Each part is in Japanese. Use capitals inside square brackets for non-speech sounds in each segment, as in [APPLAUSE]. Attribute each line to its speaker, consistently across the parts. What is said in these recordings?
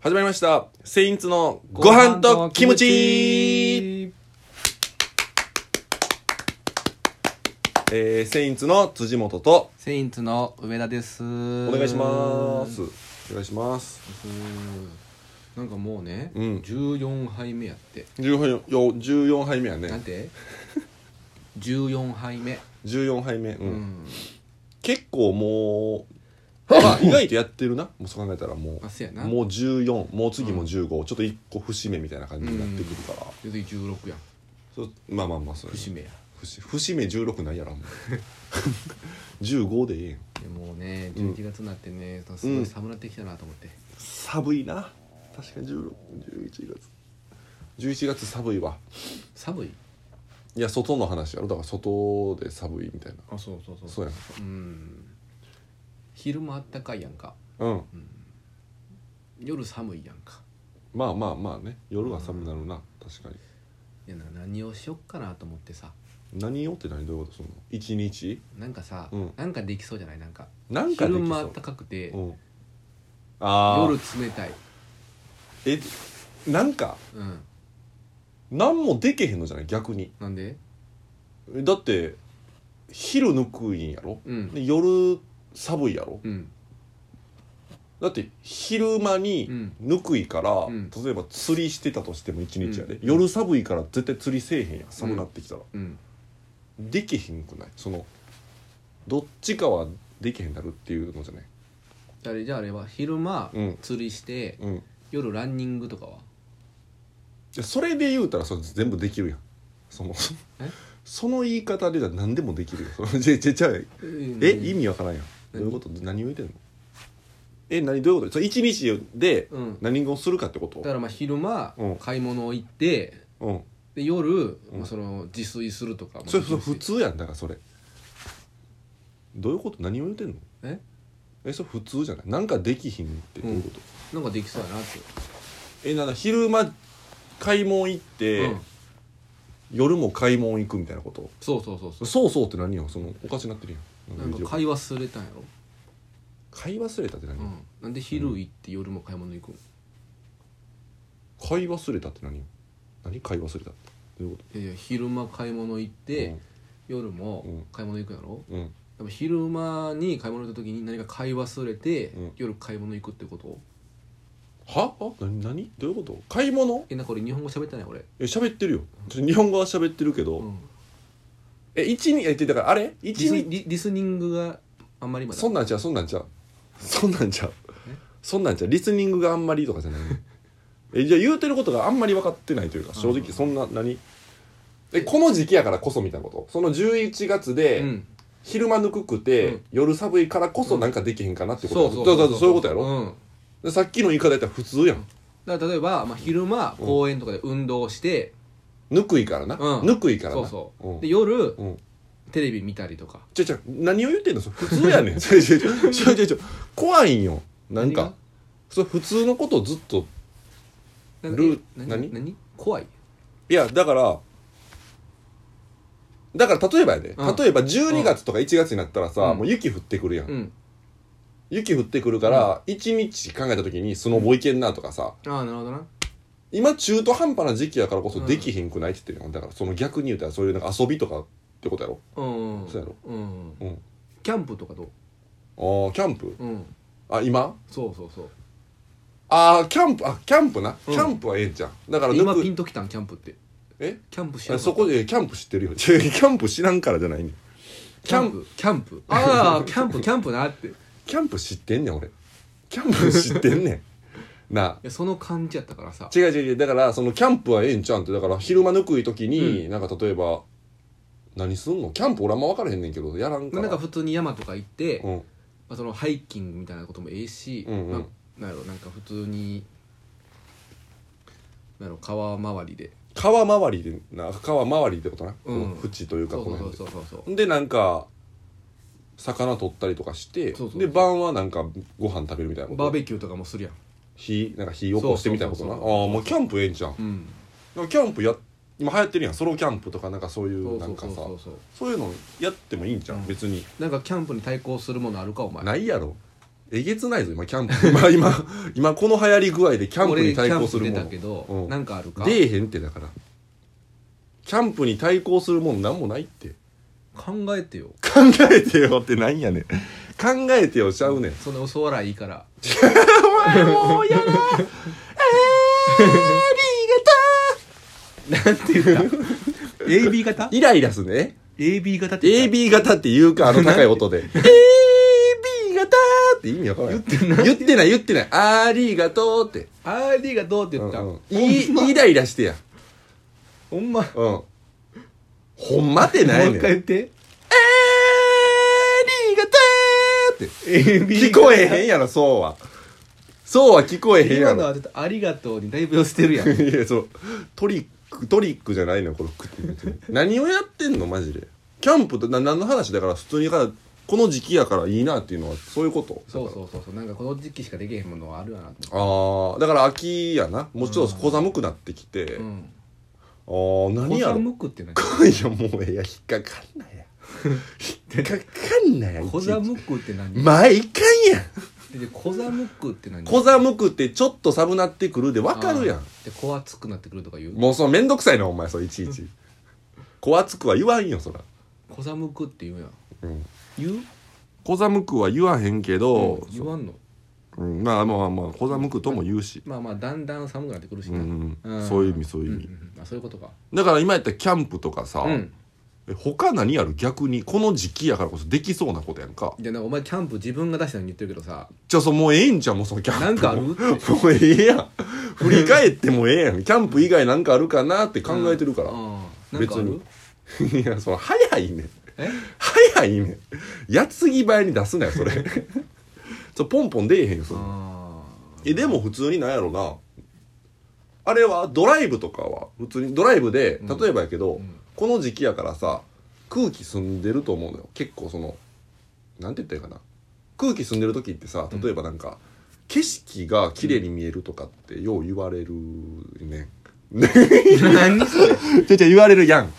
Speaker 1: 始まりました。セインツのご飯とキムチえー、セインツの辻元と
Speaker 2: セインツの上田ですお
Speaker 1: お願いします。お願いします。
Speaker 2: なんかもうね、
Speaker 1: うん
Speaker 2: 14杯目やって
Speaker 1: 14, よ14杯目や
Speaker 2: なん
Speaker 1: ね。 [LAUGHS]
Speaker 2: て14杯目
Speaker 1: 14杯目。うん。
Speaker 2: うん
Speaker 1: 結構もう、まあ、意外とやってるな。もうそう考えたら [LAUGHS] も
Speaker 2: まあせや
Speaker 1: う、
Speaker 2: な
Speaker 1: もう14、もう次も15、ちょっと1個節目みたいな感じになってくるから。
Speaker 2: で次16やん
Speaker 1: そうまあまあまあ、それ。
Speaker 2: 節目や
Speaker 1: 節節目16ないや [LAUGHS] ろ、もう15でええやん。
Speaker 2: でもうね
Speaker 1: うん
Speaker 2: 11月になってね、すごい寒なってきたなと思って、
Speaker 1: 寒いな確かに16 11月11月寒いわ
Speaker 2: 寒い
Speaker 1: いや外の話やろだから外で寒いみたいな
Speaker 2: あそうそうそ
Speaker 1: そうやん
Speaker 2: うん昼もあったかいやんか
Speaker 1: うん
Speaker 2: 夜寒いやんか
Speaker 1: まあまあまあね夜は寒くなるな、確かに
Speaker 2: いやな何をしよっかなと思ってさ
Speaker 1: 何よって何どういうことその一日
Speaker 2: なんかさ、
Speaker 1: うん
Speaker 2: なんかできそうじゃないなんか
Speaker 1: なんかでき
Speaker 2: 昼
Speaker 1: そ
Speaker 2: 間あっ
Speaker 1: う
Speaker 2: た、かくて、
Speaker 1: うん、あ
Speaker 2: 夜
Speaker 1: あ
Speaker 2: 冷たい、
Speaker 1: えなんか
Speaker 2: うん、
Speaker 1: 何もでけへんのじゃない逆に
Speaker 2: なんで
Speaker 1: えだって昼抜くいんやろ
Speaker 2: うん
Speaker 1: で夜寒いやろ
Speaker 2: うん
Speaker 1: だって昼間に
Speaker 2: うん
Speaker 1: ぬくいから、
Speaker 2: ん
Speaker 1: 例えば釣りしてたとしても一日やで、
Speaker 2: うん
Speaker 1: 夜寒いから絶対釣りせえへんやん寒なってきたら、
Speaker 2: うん
Speaker 1: できへんくないそのどっちかはできへんなるっていうのじゃない
Speaker 2: あれじゃああれは昼間
Speaker 1: うん
Speaker 2: 釣りして、
Speaker 1: うんい
Speaker 2: 夜ランニングとかは
Speaker 1: やそれで言うたらそれ全部できるやんその
Speaker 2: え
Speaker 1: [LAUGHS] その言い方でじゃ何でもできるよそのじゃじゃじゃ
Speaker 2: え
Speaker 1: え意味わからんやんどういうこと何を言うてんのえ何どういうことそれ一日で
Speaker 2: うん
Speaker 1: 何をするかってこと
Speaker 2: だからまあ昼間
Speaker 1: うん
Speaker 2: 買い物行って
Speaker 1: うん
Speaker 2: で夜、
Speaker 1: うん
Speaker 2: まあその自炊するとか
Speaker 1: それそれ普
Speaker 2: 通
Speaker 1: 通やんだからそれどういうこと何を言うてんの
Speaker 2: え
Speaker 1: えそれ普通じゃないなんかできひんってどういうこと、
Speaker 2: なんかできそうやなって、
Speaker 1: えなんだ昼間買い物行って、
Speaker 2: うん、
Speaker 1: 夜も買い物行くみたいなこと
Speaker 2: そうそうそうそう
Speaker 1: そうそうって何よそのおかしなってるやん
Speaker 2: なんか
Speaker 1: 買
Speaker 2: 買い忘れたんやろ、
Speaker 1: い忘れたって何、
Speaker 2: うん、なんで昼行って夜も買い物行くん
Speaker 1: 買い忘れたって何よ何買い忘れたってどういうこ
Speaker 2: いやいや昼間買い物行っ
Speaker 1: と
Speaker 2: て、夜も
Speaker 1: うん
Speaker 2: 買い物行くやろ、
Speaker 1: うん、うん
Speaker 2: でも昼間に買い物行った時に何か買い忘れて、
Speaker 1: うん
Speaker 2: 夜買い物行くってこと
Speaker 1: はあ何何どういうこと買い物
Speaker 2: えなんか俺日本語喋ってない俺、
Speaker 1: え喋ってるよちょ日本語は喋ってるけど、
Speaker 2: うん、
Speaker 1: え一日えってだからあれ
Speaker 2: リ
Speaker 1: 一
Speaker 2: ス
Speaker 1: 日
Speaker 2: リリスニングがあんまりまだ
Speaker 1: そんなんちゃうそんなんちゃうそんなんちゃうそんなんちゃうリスニングがあんまりとかじゃないえじゃあ言うてることがあんまり分かってないというか正
Speaker 2: う
Speaker 1: 直
Speaker 2: ん
Speaker 1: そんな何えこの時期やからこそみたいなことその11月
Speaker 2: う
Speaker 1: で
Speaker 2: ん、
Speaker 1: 昼間ぬくくて、
Speaker 2: うん
Speaker 1: 夜寒いからこそなんかできへんかなってことやろだからそういうことやろ、
Speaker 2: うん、
Speaker 1: でさっきの言い方やったら普通やん
Speaker 2: だから例えば、まあ、昼間公園とかで運動して、
Speaker 1: ぬくいからな、
Speaker 2: うん
Speaker 1: ぬくいからな
Speaker 2: そうそう、
Speaker 1: うん
Speaker 2: で夜、
Speaker 1: うん
Speaker 2: テレビ見たりとか
Speaker 1: ちょちょ何を言ってんのそれ普通や
Speaker 2: [LAUGHS]
Speaker 1: ねんちょちょちょちょちょちょ怖いんよなん
Speaker 2: 何
Speaker 1: か
Speaker 2: が
Speaker 1: それ普通のことをずっと
Speaker 2: なん
Speaker 1: ルー
Speaker 2: え何
Speaker 1: 何
Speaker 2: 何怖い
Speaker 1: いやだからだから例えばやで、
Speaker 2: うん
Speaker 1: 例えば12月とか1月になったらさ、
Speaker 2: うん
Speaker 1: もう雪降ってくるやん、
Speaker 2: うん
Speaker 1: 雪降ってくるから1日考えた時にスノボ行けんなとかさ
Speaker 2: ああなるほどな
Speaker 1: 今中途半端な時期やからこそ
Speaker 2: うん
Speaker 1: できへんくないって言ってるやんだからその逆に言うたらそういうなんか遊びとかってことやろ
Speaker 2: うん
Speaker 1: そうやろ
Speaker 2: うん
Speaker 1: うん
Speaker 2: キャンプとかど
Speaker 1: ああキャンプ
Speaker 2: ううん
Speaker 1: あ今
Speaker 2: そうそうそう
Speaker 1: ああキャンプあキャンプな、
Speaker 2: うん
Speaker 1: キャンプはええんじゃんだから
Speaker 2: 今
Speaker 1: 抜く
Speaker 2: ピンときたんキャンプって
Speaker 1: え
Speaker 2: キャンプし
Speaker 1: あそこでキャンプ知ってるよ違うキャンプ知らんからじゃないねん
Speaker 2: キャンプキャンプああキャンプキャンプなってい
Speaker 1: キャンプ知ってんねん俺キャンプ知って
Speaker 2: [LAUGHS]
Speaker 1: んねんなあ
Speaker 2: やその感じやったからさ
Speaker 1: 違う違う違うだからそのキャンプはええんちゃうんってだから昼間ぬくい時に、
Speaker 2: う
Speaker 1: なんか例えば何すんのキャンプ俺あんま分からへんねんけどやらんか
Speaker 2: まあ
Speaker 1: ら
Speaker 2: なんか普通に山とか行って、
Speaker 1: う
Speaker 2: ま
Speaker 1: ん
Speaker 2: あ、そのハイキングみたいなこともええし、
Speaker 1: うんうん
Speaker 2: まあ、なんやろなんか普通になんやろ川周りで
Speaker 1: 川周りでな川周りってことな、
Speaker 2: うん
Speaker 1: この縁というか
Speaker 2: そう
Speaker 1: この
Speaker 2: そ
Speaker 1: 辺で
Speaker 2: うそうそうそう
Speaker 1: でなんか魚取ったりとかして
Speaker 2: そうそうそう
Speaker 1: で晩はなんかご飯食べるみたいなこと
Speaker 2: バーベキューとかもするやん
Speaker 1: 火なんか火起こしてみたいなことなあ
Speaker 2: そ
Speaker 1: あ
Speaker 2: うそうそう
Speaker 1: ーもうキャンプええんちゃう
Speaker 2: うん
Speaker 1: なんかキャンプや今流行ってるやんソロキャンプとかなんかそうい
Speaker 2: そうう
Speaker 1: な
Speaker 2: そ
Speaker 1: ん
Speaker 2: う
Speaker 1: か
Speaker 2: そ
Speaker 1: さ
Speaker 2: うそうそう
Speaker 1: そういうのやってもいいんじゃん、
Speaker 2: うん
Speaker 1: 別に
Speaker 2: なんかキャンプに対抗するものあるかお前
Speaker 1: ないやろえげつないぞ今キャンプ今今 [LAUGHS] 今この流行り具合でキャンプ
Speaker 2: 俺
Speaker 1: に
Speaker 2: キ
Speaker 1: 対
Speaker 2: ャ
Speaker 1: 抗
Speaker 2: ン
Speaker 1: す
Speaker 2: プ
Speaker 1: る
Speaker 2: 出
Speaker 1: も
Speaker 2: た
Speaker 1: の
Speaker 2: けど、
Speaker 1: うん
Speaker 2: なんかあるか
Speaker 1: 出えへんってだからキャンプに対抗するもんなんもないって
Speaker 2: 考えてよ
Speaker 1: 考えてよってなんやねん考えてよちゃうねん
Speaker 2: そんな嘘笑いいいから
Speaker 1: お前もうやら
Speaker 2: なんて
Speaker 1: [LAUGHS]
Speaker 2: 言うた AB 型
Speaker 1: [LAUGHS] イライラすね
Speaker 2: AB 型って言った
Speaker 1: AB 型って言うかあの高い
Speaker 2: [LAUGHS]
Speaker 1: 音で AB 型って意味わからない
Speaker 2: 言ってない
Speaker 1: 言ってない言ってないありがとうって
Speaker 2: RD がどうって言った、
Speaker 1: うんうんいいイライラしてや
Speaker 2: ほんま
Speaker 1: うんほんまってない
Speaker 2: もう
Speaker 1: ね
Speaker 2: 一
Speaker 1: ん
Speaker 2: 回言って
Speaker 1: ありがとうって
Speaker 2: AB
Speaker 1: 聞こえへんやろそうはそうは聞こえへんや
Speaker 2: 今の
Speaker 1: ろ
Speaker 2: はちょっとありがとうにだいぶ寄せて
Speaker 1: [LAUGHS]
Speaker 2: るやん
Speaker 1: いやそうトリックトリックじゃないのよこのく何をやってんのマジでキャンプってな何の話だから普通にからこの時期やからいいなっていうのはそういうこと
Speaker 2: そうそうそうそうなんかこの時期しかできへんものはあるやなと
Speaker 1: ああだから秋やなもうちょっと小寒くなってきて、
Speaker 2: 思
Speaker 1: ああ
Speaker 2: ってうん
Speaker 1: 何や
Speaker 2: 小
Speaker 1: ろ
Speaker 2: 寒くって何
Speaker 1: 今夜もうええや引っかかんなや引っかかんな [LAUGHS] や
Speaker 2: 小寒くって何
Speaker 1: まあいかんやん
Speaker 2: で小寒くって何
Speaker 1: 小寒くってちょっと寒なってくるでわかるや
Speaker 2: あ
Speaker 1: ん
Speaker 2: ーで小暑くなってくるとか言う
Speaker 1: もうそのめんどくさいなお前それいちいち小暑くは言わんよそら、
Speaker 2: 小寒くって言うやん
Speaker 1: うん、
Speaker 2: 言う
Speaker 1: 小寒くは言わへんけど、
Speaker 2: うん言わんの
Speaker 1: うんまあまあまあ小寒くとも言うし、
Speaker 2: まあまあだんだん寒くなってくるし
Speaker 1: う
Speaker 2: なんん
Speaker 1: そういう意味そういう意味
Speaker 2: んんあそういうことか
Speaker 1: だから今やったらキャンプとかさ、
Speaker 2: うん
Speaker 1: え他何やる逆にこの時期やからこそできそうなことやんか
Speaker 2: じゃなんかお前キャンプ自分が出したのに言ってるけどさ
Speaker 1: じゃあそもうええんじゃんもうそのキャンプ
Speaker 2: なんか
Speaker 1: [LAUGHS]
Speaker 2: あるって
Speaker 1: もうええやん振り返ってもええやんキャンプ以外なんかあるかなって考えてるから、
Speaker 2: うんなんかある
Speaker 1: 別に [LAUGHS] いやその早いねん
Speaker 2: え
Speaker 1: 早いねんやつぎ早に出すなよ
Speaker 2: [LAUGHS]
Speaker 1: それそうポンポン出えへんよそんな
Speaker 2: あ
Speaker 1: えでも普通になんやろなあれはドライブとかは普通にドライブで
Speaker 2: うん
Speaker 1: 例えばやけど、
Speaker 2: うん
Speaker 1: この時期やからさ空気澄んでると思うのよ結構そのなんて言ったらいいかな空気澄んでる時ってさ例えばなんか、景色が綺麗に見えるとかってよう言われる [LAUGHS] ね、
Speaker 2: ー [LAUGHS] 何それ
Speaker 1: ちょいちょい言われるやん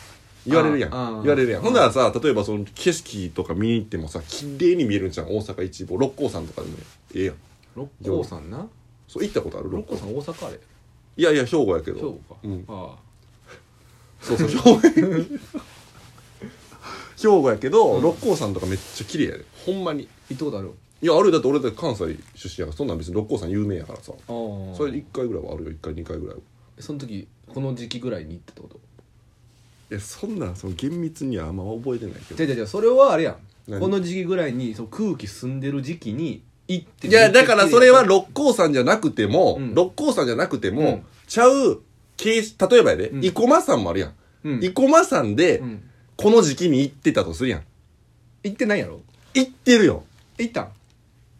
Speaker 1: 言われるやん
Speaker 2: ああああ
Speaker 1: 言われるやん
Speaker 2: うん
Speaker 1: ほんならさ例えばその景色とか見に行ってもさ綺麗に見えるんじゃん大阪一望六甲山とかでもええやん
Speaker 2: 六甲山な
Speaker 1: そう行ったことある
Speaker 2: 六
Speaker 1: 六甲
Speaker 2: 甲
Speaker 1: 山
Speaker 2: 山大阪あれ
Speaker 1: いやいや兵庫やけど
Speaker 2: 兵庫か、
Speaker 1: うん
Speaker 2: あ
Speaker 1: そうそう [LAUGHS] 兵庫兵庫やけど、六甲山とかめっちゃ綺麗やでほんまに
Speaker 2: あ行ったことある
Speaker 1: いやあれだって俺だって関西出身やからそんなん別に六甲山有名やからさ
Speaker 2: ああ
Speaker 1: それ1回ぐらいはあるよ1回2回ぐらいは
Speaker 2: その時この時期ぐらいに行ったってこと
Speaker 1: いやそんなんその厳密にはあんま覚えてないけ
Speaker 2: じ
Speaker 1: ど
Speaker 2: ゃじゃじゃそれはあれやん
Speaker 1: 何
Speaker 2: この時期ぐらいにその空気澄んでる時期に行って
Speaker 1: いやだからそれは
Speaker 2: う
Speaker 1: 六甲山じゃなくても、
Speaker 2: うん
Speaker 1: 六甲山じゃなくても、
Speaker 2: うん
Speaker 1: ちゃう形式例えばやで、
Speaker 2: うん
Speaker 1: 生駒山もあるやん、
Speaker 2: ん
Speaker 1: 生駒山で、
Speaker 2: うん
Speaker 1: この時期に行ってたとするやん
Speaker 2: 行ってないやろ
Speaker 1: 行ってるよ
Speaker 2: 行ったん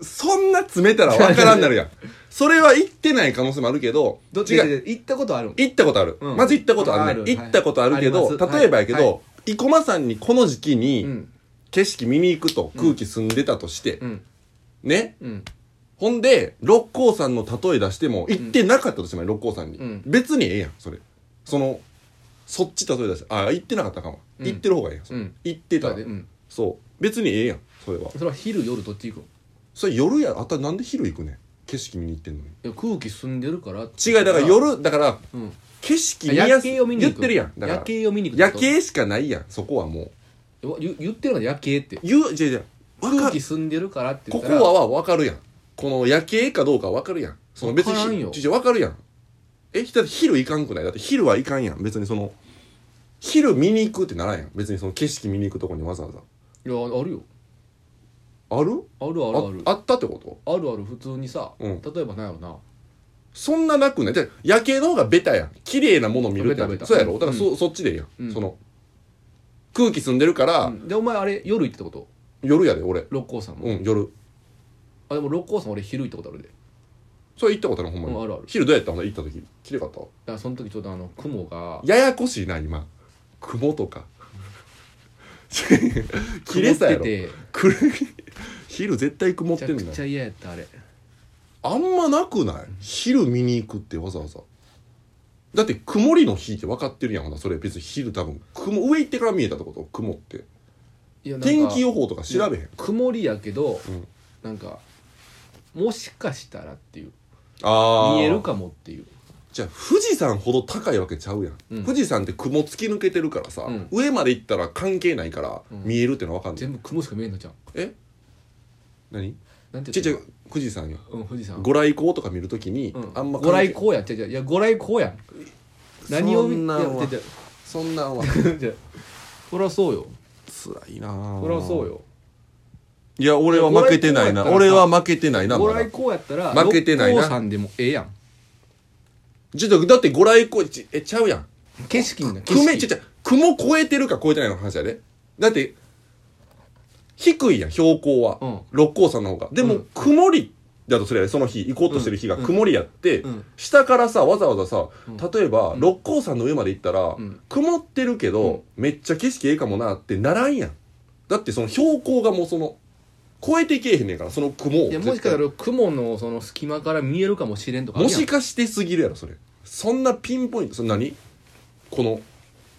Speaker 1: そんな詰めたらわからんなるやん。それは行ってない可能性もあるけど、
Speaker 2: どっち
Speaker 1: 違う。
Speaker 2: 行ったことあるん
Speaker 1: 行ったことある。
Speaker 2: うん
Speaker 1: まず行ったことある
Speaker 2: あ
Speaker 1: ね。
Speaker 2: る
Speaker 1: 行ったことあるけど、
Speaker 2: はいあります
Speaker 1: 例えばやけど、
Speaker 2: は
Speaker 1: 生駒山にこの時期
Speaker 2: う
Speaker 1: に
Speaker 2: ん
Speaker 1: 景色見に行くと空気澄んでたとして、
Speaker 2: うん
Speaker 1: ね。
Speaker 2: うん
Speaker 1: ほんで、六甲山の例え出しても、行ってなかったとしても六甲山に、
Speaker 2: うん
Speaker 1: 別にええやん、それ。その、そっち例え出して、あ、行ってなかったかも。
Speaker 2: うん
Speaker 1: 行ってる方がええやんそれ。
Speaker 2: うん
Speaker 1: 行って
Speaker 2: そ
Speaker 1: たら
Speaker 2: うやでうん
Speaker 1: そう。別にええやん、それは。
Speaker 2: それは昼夜どっち行くん
Speaker 1: それ夜や、あたなんで昼行くねん景色見に行ってんのに。
Speaker 2: いや空気澄んでるからって
Speaker 1: 違うだから夜だから
Speaker 2: うん
Speaker 1: 景色見や
Speaker 2: 夜
Speaker 1: す
Speaker 2: 景を見に
Speaker 1: 言
Speaker 2: 行
Speaker 1: っ
Speaker 2: く
Speaker 1: てるやんだから
Speaker 2: 夜景を見に行く
Speaker 1: 夜景しかないやんそこはもう
Speaker 2: 景言言ってるのが夜景って
Speaker 1: 言うじゃじゃ
Speaker 2: 空気澄んでるからって言
Speaker 1: こ
Speaker 2: っ
Speaker 1: こ
Speaker 2: たら
Speaker 1: はは分かるやんこの夜景かどうか分かるやんその別
Speaker 2: 分からん
Speaker 1: に
Speaker 2: よ
Speaker 1: じゃ分かるやんえだって昼行かんくないだって昼はいかんやん別にその昼見に行くってならんやん別にその景色見に行くとこにわざわざ
Speaker 2: いやあるよ
Speaker 1: ある
Speaker 2: あるあるある
Speaker 1: ああったってこと
Speaker 2: あるある普通にさ、
Speaker 1: うん
Speaker 2: 例えばなんやろな
Speaker 1: そんななくないじゃあ夜景の方がベタやん綺麗なもの見るって
Speaker 2: ベタベタ
Speaker 1: そうやろだからそ,、
Speaker 2: う
Speaker 1: そっちでええやん、
Speaker 2: うん
Speaker 1: その空気澄んでるから、
Speaker 2: うんでお前あれ夜行ってたこと
Speaker 1: 夜やで俺
Speaker 2: 六甲山も、
Speaker 1: うん夜
Speaker 2: あでも六甲山俺昼行ったことあるでだか
Speaker 1: それ行ったことあるほんまに、
Speaker 2: うんあるある
Speaker 1: 昼どうやったほんで行った時綺麗かった
Speaker 2: らその時ちょうどあの雲が
Speaker 1: ややこしいな今雲と
Speaker 2: [LAUGHS]
Speaker 1: か綺麗さやろ
Speaker 2: 曇ってて
Speaker 1: くる [LAUGHS] 昼絶対曇っ
Speaker 2: めち
Speaker 1: て
Speaker 2: ゃ
Speaker 1: ん
Speaker 2: く
Speaker 1: ねん
Speaker 2: ちゃ嫌やったあれ
Speaker 1: あんまなくない昼見に行くってわざわざだって曇りの日って分かってるやんほなそれ別に昼多分雲上行ってから見えたってこと雲って
Speaker 2: いやなんか
Speaker 1: 天気予報とか調べへん
Speaker 2: 曇りやけど、
Speaker 1: うん
Speaker 2: なんかもしかしたらっていう
Speaker 1: ああ
Speaker 2: 見えるかもっていう
Speaker 1: じゃあ富士山ほど高いわけちゃうやん、
Speaker 2: うん
Speaker 1: 富士山って雲突き抜けてるからさ、
Speaker 2: うん
Speaker 1: 上まで行ったら関係ないから
Speaker 2: うん
Speaker 1: 見えるってのは分かんない、
Speaker 2: 全部雲しか見えんのじゃん
Speaker 1: え何
Speaker 2: なんて
Speaker 1: ちっちゃい
Speaker 2: い
Speaker 1: 富士山よ
Speaker 2: うん富士山
Speaker 1: ご来光とか見るときに、
Speaker 2: うん
Speaker 1: あんま
Speaker 2: ご
Speaker 1: 関
Speaker 2: 来
Speaker 1: 係
Speaker 2: 光やん違う違ういやご来光やん何を
Speaker 1: そん
Speaker 2: 見
Speaker 1: な
Speaker 2: や
Speaker 1: んは
Speaker 2: 違う違う
Speaker 1: そんなんは
Speaker 2: [LAUGHS] じゃあそらそうよ
Speaker 1: 辛いなぁ
Speaker 2: そらそうよ
Speaker 1: いや俺は負けてないな
Speaker 2: ご来光
Speaker 1: 俺
Speaker 2: やったら
Speaker 1: は
Speaker 2: さ
Speaker 1: 負けてないなまだ負けてな
Speaker 2: ご来光やったら
Speaker 1: いな
Speaker 2: さんでもええやん
Speaker 1: ちょっとだってご来光ちえちゃうやん
Speaker 2: 景色にな景
Speaker 1: 雲
Speaker 2: 色
Speaker 1: ちょちょ雲越えてるか越えてないの話やでだって低いやん標高は、
Speaker 2: うん
Speaker 1: 六甲山の方がでも、
Speaker 2: うん
Speaker 1: 曇りだとすればその日行こうとしてる日が
Speaker 2: うん
Speaker 1: 曇りやって、
Speaker 2: うん
Speaker 1: 下からさわざわざさ、
Speaker 2: うん
Speaker 1: 例えば、
Speaker 2: うん
Speaker 1: 六甲山の上まで行ったら、
Speaker 2: ん
Speaker 1: 曇ってるけど、めっちゃ景色ええかもなってならんやんだってその標高がもうその越えてけえへんねんからその雲を
Speaker 2: いやもしかしたら雲のその隙間から見えるかもしれんとかある
Speaker 1: も
Speaker 2: やん
Speaker 1: しかしてすぎるやろそれそんなピンポイントそれ何この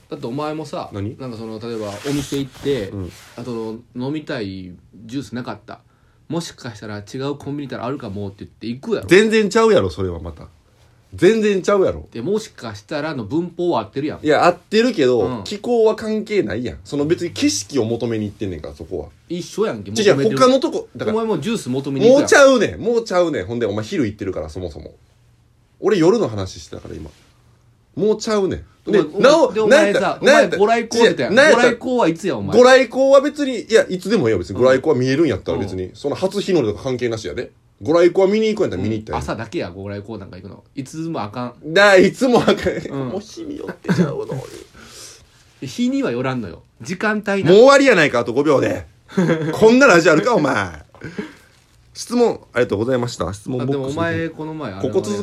Speaker 2: だってお前もさ
Speaker 1: 何
Speaker 2: なんかその例えばお店行って、
Speaker 1: うん
Speaker 2: あと飲みたいジュースなかったもしかしたら違うコンビニ行ったらあるかもって言って行くやろ
Speaker 1: 全然ちゃうやろそれはまた全然ちゃうやろ
Speaker 2: でもしかしたらの文法は合ってるやん
Speaker 1: いや合ってるけど、
Speaker 2: うん
Speaker 1: 気候は関係ないやんその別に景色を求めに行ってんねんからそこは
Speaker 2: 一緒やんけ
Speaker 1: じゃ
Speaker 2: 求めてる
Speaker 1: 他のとこだから
Speaker 2: お前もジュース求めに行
Speaker 1: も
Speaker 2: く
Speaker 1: う
Speaker 2: やん
Speaker 1: ちゃうねんもうちゃうねんほんでお前昼行ってるからそもそも俺夜の話してたから今もうちゃうねんで
Speaker 2: お前
Speaker 1: なお
Speaker 2: でお前
Speaker 1: なんや
Speaker 2: さ
Speaker 1: った
Speaker 2: お
Speaker 1: なんや
Speaker 2: 前
Speaker 1: った
Speaker 2: ご来光って言ったやん
Speaker 1: 違うな
Speaker 2: ご
Speaker 1: んや
Speaker 2: 来
Speaker 1: った
Speaker 2: 光はいつやお前
Speaker 1: ご来光は別にいやいつでもええよ別にご来光は見えるんやったら
Speaker 2: うん
Speaker 1: 別に、その初日の出とか関係なしやでご来光は見に行くんやったら見に行ったらいい、
Speaker 2: 朝だけやご来光なんか行くのいつもあかん
Speaker 1: だからいつもあかん、
Speaker 2: う
Speaker 1: [LAUGHS]
Speaker 2: ん
Speaker 1: もう日によってちゃうのに
Speaker 2: 日にはよらんのよ時間帯
Speaker 1: も
Speaker 2: な
Speaker 1: う終わりやないか、あと5秒
Speaker 2: [LAUGHS]
Speaker 1: で。こんなラジオあるか、お前。質問、ありがとうございました。質問
Speaker 2: あ
Speaker 1: ボッ
Speaker 2: で
Speaker 1: ク
Speaker 2: もお
Speaker 1: ス。
Speaker 2: 前この前あれ
Speaker 1: ここ続